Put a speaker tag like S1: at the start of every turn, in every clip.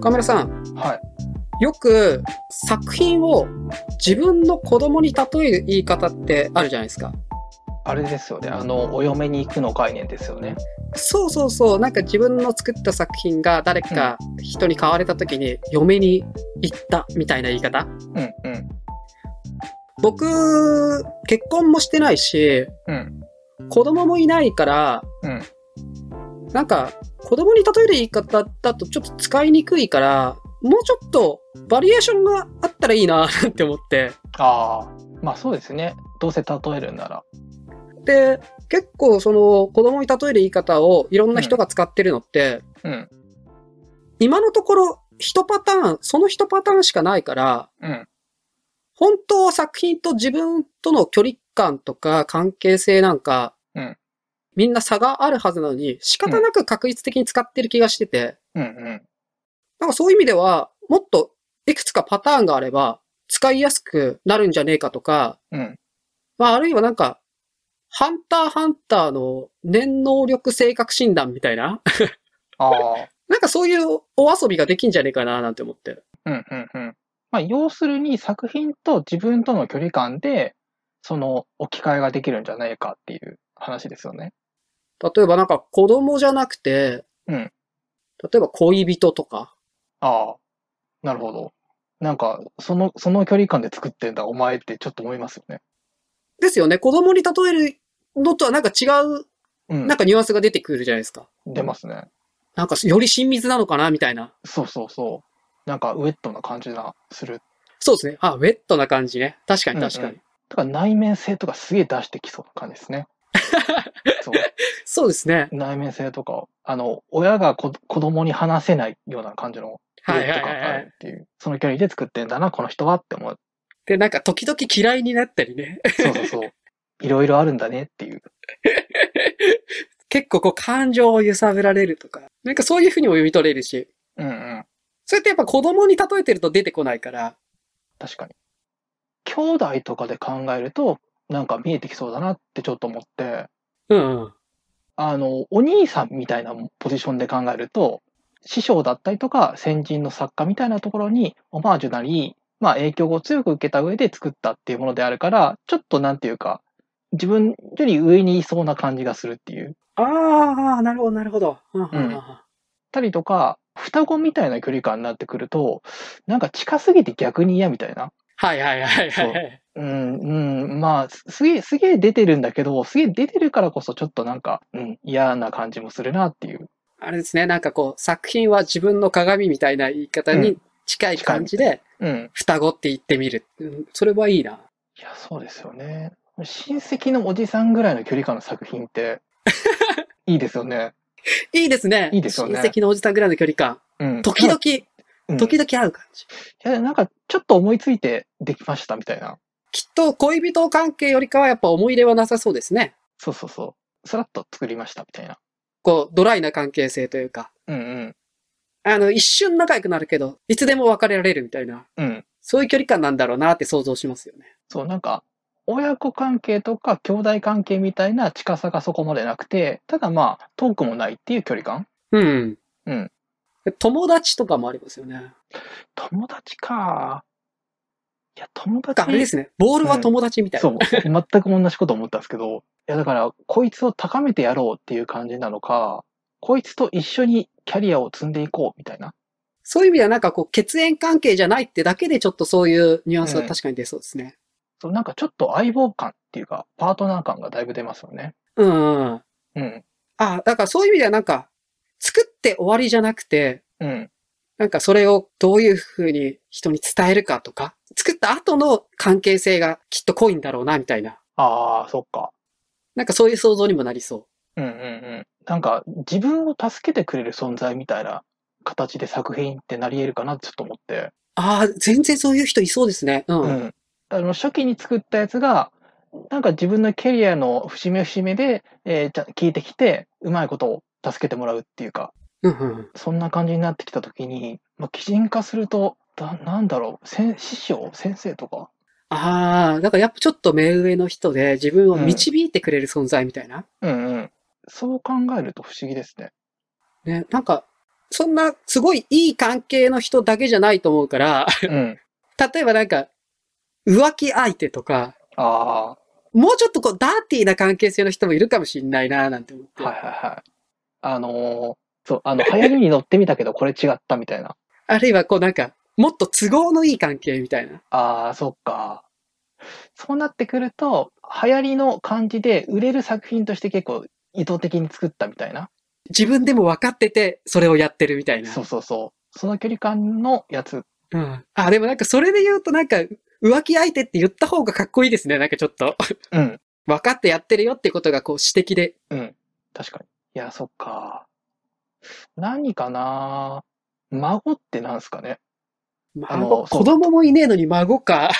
S1: 岡村さん、
S2: はい。
S1: よく作品を自分の子供に例える言い方ってあるじゃないですか。
S2: あれですよね。あの、お嫁に行くの概念ですよね。
S1: そうそうそう、なんか自分の作った作品が誰か人に買われた時に嫁に行ったみたいな言い方。
S2: うんうん。
S1: 僕、結婚もしてないし、
S2: うん
S1: 子供もいないから、
S2: うん
S1: なんか子供に例える言い方だとちょっと使いにくいから、もうちょっとバリエーションがあったらいいなって思って。
S2: ああ。まあそうですね。どうせ例えるんなら。
S1: で、結構その子供に例える言い方をいろんな人が使ってるのって、
S2: うん。
S1: 今のところ一パターン、その一パターンしかないから、
S2: うん。
S1: 本当は作品と自分との距離感とか関係性なんか、
S2: うん
S1: みんな差があるはずなのに、仕方なく確率的に使ってる気がしてて、
S2: うんうん。
S1: なんかそういう意味では、もっといくつかパターンがあれば、使いやすくなるんじゃねえかとか、
S2: うん。
S1: まあ、あるいはなんか、ハンターハンターの念能力性格診断みたいな、
S2: ああ。
S1: なんかそういうお遊びができんじゃねえかななんて思って。
S2: うんうんうん。まあ要するに作品と自分との距離感で、その置き換えができるんじゃないかっていう話ですよね。
S1: 例えばなんか子供じゃなくて、
S2: うん
S1: 例えば恋人とか、
S2: ああ。なるほど。なんか、その、その距離感で作ってんだ、お前ってちょっと思いますよね。
S1: ですよね。子供に例えるのとはなんか違う、
S2: うん
S1: なん。かニュアンスが出てくるじゃないですか。
S2: 出ますね。
S1: なんかより親密なのかなみたいな。
S2: そうそうそう。なんかウェットな感じがする。
S1: そうですね。あ、ウェットな感じね。確かに確かに。
S2: うんうんだから内面性とかすげえ出してきそうな感じで すね。そう。
S1: そうですね。
S2: 内面性とか、あの、親がこ子供に話せないような感じのウ
S1: は
S2: ェ
S1: い
S2: ッ
S1: は
S2: ト
S1: い
S2: 感
S1: はい
S2: が
S1: は
S2: あ
S1: い
S2: る。っていう。その距離で作ってんだな、この人はって思 う。
S1: で、なんか時々嫌いになったりね。
S2: そうそうそう。いろいろあるんだねっていう。
S1: 結構こう感情を揺さぶられるとか。なんかそういう風にも読み取れるし。
S2: うんうん。
S1: それってやっぱ子供に例えてると出てこないから。
S2: 確かに。兄弟とかで考えると、なんか見えてきそうだなってちょっと思って、
S1: うん、うん。
S2: あの、お兄さんみたいなポジションで考えると、師匠だったりとか先人の作家みたいなところにオマージュなり、まあ影響を強く受けた上で作ったっていうものであるから、ちょっとなんていうか、自分より上にいそうな感じがするっていう。
S1: ああ、なるほど、なるほど。うんうんうん
S2: うんたりとか、双子みたいな距離感になってくると、なんか近すぎて逆に嫌みたいな。
S1: はいはいはいはい。
S2: うん、うん、まあ、すすげえ、すげえ出てるんだけど、すげえ出てるからこそちょっとなんか、うん、嫌な感じもするなっていう。
S1: あれですね、なんかこう、作品は自分の鏡みたいな言い方に近い感じで、
S2: うん。
S1: 双子って言ってみる。うんそれはいいな。
S2: いや、そうですよね。親戚のおじさんぐらいの距離感の作 品って、いいですよね。
S1: いいですね。
S2: いいですよね
S1: 親戚のおじさんぐらいの距離感。
S2: うん。
S1: 時々、
S2: うん、
S1: 時々会う感じ。
S2: いや、なんか、ちょっと思いついてできましたみたいな。
S1: きっと恋人関係よりかはやっぱ思い入れはなさそうですね。
S2: そうそうそう。さらっと作りましたみたいな。
S1: こう、ドライな関係性というか、
S2: うんうん。
S1: あの、一瞬仲良くなるけど、いつでも別れられるみたいな、
S2: うん。
S1: そういう距離感なんだろうなって想像しますよね。
S2: そう、なんか、親子関係とか兄弟関係みたいな近さがそこまでなくて、ただまあ、遠くもないっていう距離感
S1: うん。
S2: うん。
S1: 友達とかもありますよね。
S2: 友達か。いや、友
S1: なんかあれで
S2: 達。
S1: すね。ボールは友達みたいな。
S2: そう、全く同じこと思ったんですけど、いや、だから、こいつを高めてやろうっていう感じなのか、こいつと一緒にキャリアを積んでいこうみたいな。
S1: そういう意味ではなんかこう、血縁関係じゃないってだけでちょっとそういうニュアンスは確かに出そうですね。
S2: そう、なんかちょっと相棒感っていうか、パートナー感がだいぶ出ますよね。
S1: うん、うんうん。
S2: うん、
S1: あ、だからそういう意味ではなんか、作って終わりじゃなくて、
S2: うん、
S1: なんかそれをどういうふうに人に伝えるかとか、作った後の関係性がきっと濃いんだろうな、みたいな。
S2: ああ、そっか。
S1: なんかそういう想像にもなりそう。
S2: うんうんうん。なんか自分を助けてくれる存在みたいな形で作品ってなり得るかなってちょっと思って。
S1: ああ、全然そういう人いそうですね。うん。
S2: う
S1: うん、
S2: ん。あの初期に作ったやつが、なんか自分のキャリアの節目節目で、えーちゃ聞いてきて、うまいことを助けてもらうっていうか、
S1: うん、
S2: そんな感じになってきた時に、まあ、擬人化すると、だなんだろう先師匠先生とか
S1: ああ、だからやっぱちょっと目上の人で自分を導いてくれる存在みたいな。
S2: うんうんそう考えると不思議ですね
S1: ね、なんか、そんなすごいいい関係の人だけじゃないと思うから、
S2: うん
S1: 例えばなんか、浮気相手とか、
S2: あ
S1: もうちょっとこうダーティーな関係性の人もいるかもしれないななんて思っ
S2: あ
S1: て。
S2: はいはいはいあのーそうあの流行りに乗ってみたけどこれ違ったみたいな
S1: あるいはこうなんか、もっと都合のいい関係みたいな。
S2: ああ、そっか。そうなってくると、流行りの感じで売れる作品として結構意図的に作ったみたいな。
S1: 自分でも分かってて、それをやってるみたいな。
S2: そうそうそう。その距離感のやつ。
S1: うん。あ、でもなんかそれで言うとなんか、浮気相手って言った方がかっこいいですね。なんかちょっと。
S2: うん、
S1: 分かってやってるよってことがこう指摘で。
S2: うん。確かに。いや、そっか。何かな孫ってなんすかね。あ
S1: 孫、
S2: のそう
S1: 子供もいねえのに孫か。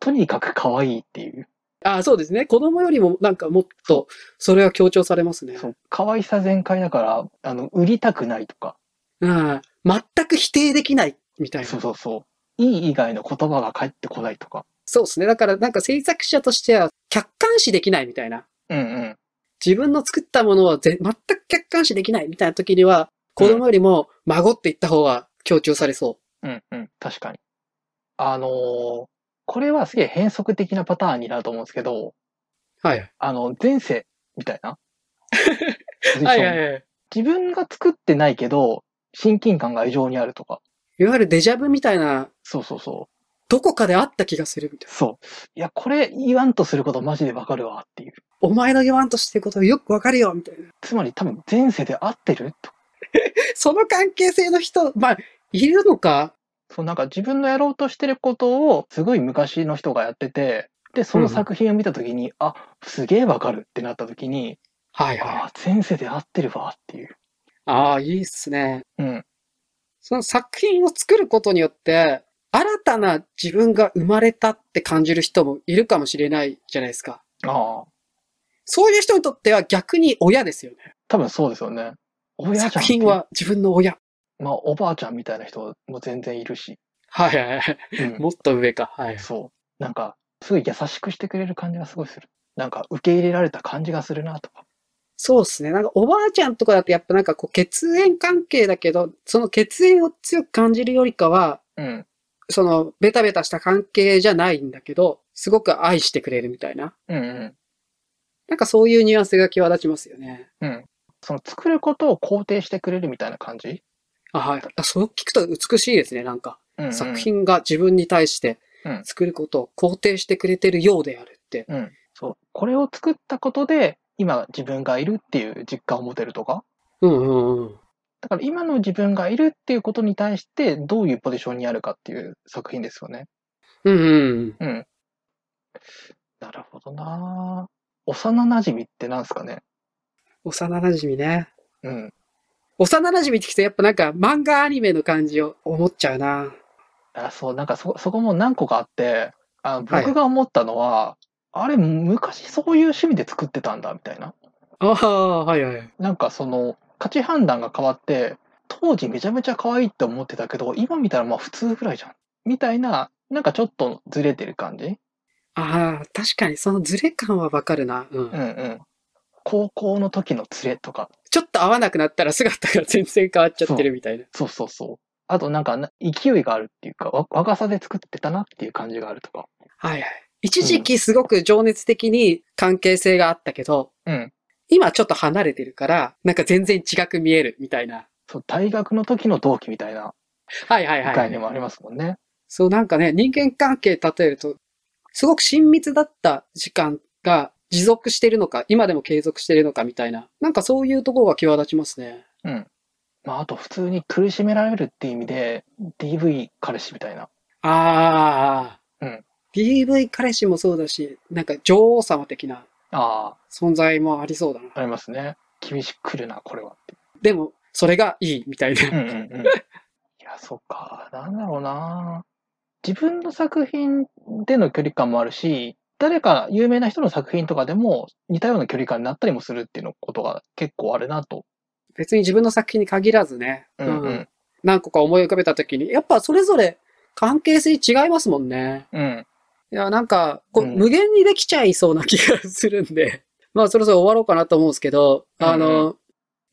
S2: とにかく可愛いっていう。
S1: あ、そうですね。子供よりもなんかもっと、それは強調されますね。
S2: そう。可愛さ全開だから、あの、売りたくないとか。
S1: うん。全く否定できないみたいな。
S2: そうそうそう。いい以外の言葉が返ってこないとか。
S1: そうですね。だからなんか制作者としては客観視できないみたいな。
S2: うんうん。
S1: 自分の作ったものをぜ全く客観視できないみたいな時には、子供よりも孫って言った方が強調されそ
S2: うんうん、確かに。あのーこれはすげえ変則的なパターンになると思うんですけど、
S1: う。はい。
S2: あの、前世み たいな。ポジション
S1: はいはいはい。
S2: 自分が作ってないけど、親近感が異常にあるとか。
S1: いわゆるデジャブみたいな、
S2: そうそうそう。
S1: どこかであった気がするみたいな。
S2: そう。いや、これ言わんとすることマジでわかるわっていう。
S1: お前の言わんとしてることよくわかるよみたいな。
S2: つまり多分前世で合ってると。
S1: その関係性の人、まあ、いるのか。
S2: そう、なんか自分のやろうとしてることをすごい昔の人がやってて、で、その作品を見たときに、あ、すげえわかるってなったときに、
S1: はいはい。
S2: あ、前世で合ってるわっていう。
S1: ああ、いいっすね。
S2: うん。
S1: その作品を作ることによって、新たな自分が生まれたって感じる人もいるかもしれないじゃないですか。
S2: ああ。
S1: そういう人にとっては逆に親ですよね。
S2: 多分そうですよね。親じゃんって
S1: 作品。は自分の親。
S2: まあ、おばあちゃんみたいな人も全然いるし。
S1: はいはいはい。
S2: うん、
S1: もっと上か。はい。
S2: そう。なんか、すごい優しくしてくれる感じがすごいする。なんか、受け入れられた感じがするなとか。
S1: そうですね。なんかおばあちゃんとかだとやっぱなんかこう血縁関係だけど、その血縁を強く感じるよりかは、
S2: うん。
S1: そのベタベタした関係じゃないんだけど、すごく愛してくれるみたいな。
S2: うんうん。
S1: なんかそういうニュアンスが際立ちますよね。
S2: うん。その作ることを肯定してくれるみたいな感じ、
S1: あ、はい。あそう聞くと美しいですね、なんか。
S2: うんうん
S1: 作。品が自分に対して
S2: うん
S1: 作ることを肯定してくれてるようであるって。
S2: うん。そう。これを作ったことで、今自分がいるっていう実感を持てるとか。
S1: うんうんうん。
S2: だから今の自分がいるっていうことに対して、どういうポジションにあるかっていう作品ですよね。
S1: うんうん。
S2: うん。なるほどな幼馴染ってなんすかね
S1: 幼馴染ね。
S2: うん。
S1: 幼馴染って聞くとやっぱなんか漫画アニメの感じを思っちゃうな。
S2: あそう、なんかそ、そこも何個かあって、あ
S1: はい
S2: 僕が思ったのは、あれ、昔そういう趣味で作ってたんだ、みたいな。
S1: ああ、はいはい。
S2: なんかその、価値判断が変わって、当時めちゃめちゃ可愛いって思ってたけど、今見たらまあ普通ぐらいじゃん。みたいな、なんかちょっとずれてる感じ
S1: ああ、確かにそのズレ感はわかるな。うん
S2: うんうん。高校の時の連れとか、
S1: ちょっと合わなくなったら姿が全然変わっちゃってるみたいな。
S2: そうそうそう。あとなんかな勢いがあるっていうか、わ若さで作ってたなっていう感じがあるとか。
S1: はいはい。一時期すごく情熱的に関係性があったけど、
S2: うん。
S1: 今ちょっと離れてるから、なんか全然違く見えるみたいな。
S2: そう、大学の時の同期みたいな
S1: はいはいはい。
S2: 概念もありますもんね。
S1: そうなんかね、人間関係例えると、すごく親密だった時間が持続してるのか、今でも継続してるのかみたいな。なんかそういうところが際立ちますね。
S2: まあ、あと普通に苦しめられるっていう意味で、DV 彼氏みたいな。
S1: ああ。
S2: うん。
S1: DV 彼氏もそうだし、なんか女王様的な
S2: あ
S1: 存在もありそうだな。
S2: あ、ありますね。厳しくるな、これはって。
S1: でも、それがいいみたいな。
S2: うんうんうん。いや、そっか。なんだろうな。自分の作品での距離感もあるし、誰か有名な人の作品とかでも似たような距離感になったりもするっていうのことが結構あるなと。
S1: 別に自分の作品に限らずね。
S2: うんうん。
S1: 何個か思い浮かべた時に、やっぱそれぞれ関係性違いますもんね。
S2: うん。
S1: いや、なんか、こう
S2: うん
S1: 無限にできちゃいそうな気がするんで、 まあ、そろそろ終わろうかなと思うんですけど、あの、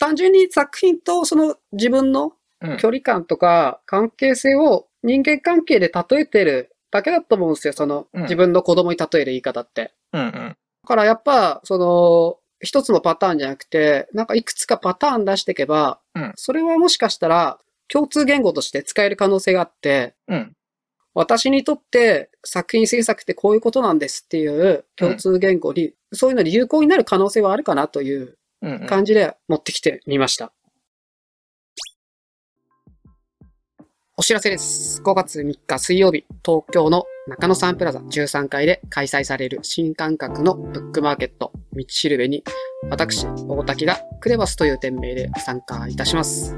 S1: 単純に作品とその自分の
S2: うん。
S1: 距離感とか関係性を人間関係で例えてるだけだと思うんですよ。その、
S2: うん
S1: 自分の子供に例える言い方って。
S2: うんうん。
S1: だからやっぱ、その、一つのパターンじゃなくて、なんかいくつかパターン出していけば、
S2: うん
S1: それはもしかしたら共通言語として使える可能性があって、
S2: うん。
S1: 私にとって作品制作ってこういうことなんですっていう共通言語に、そういうのに有効になる可能性はあるかなという
S2: うんうん。
S1: 感じで持ってきてみました。お知らせです。5月3日水曜日、東京の中野サンプラザ13階で開催される新感覚のブックマーケット、道しるべに、私、大滝がクレバスという店名で参加いたします。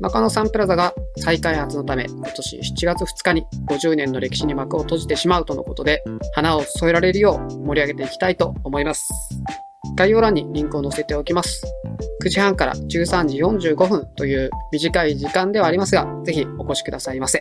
S1: 中野サンプラザが再開発のため、今年7月2日に50年の歴史に幕を閉じてしまうとのことで、花を添えられるよう盛り上げていきたいと思います。概要欄にリンクを載せておきます。9時半から13時45分という短い時間ではありますが、ぜひお越しくださいませ。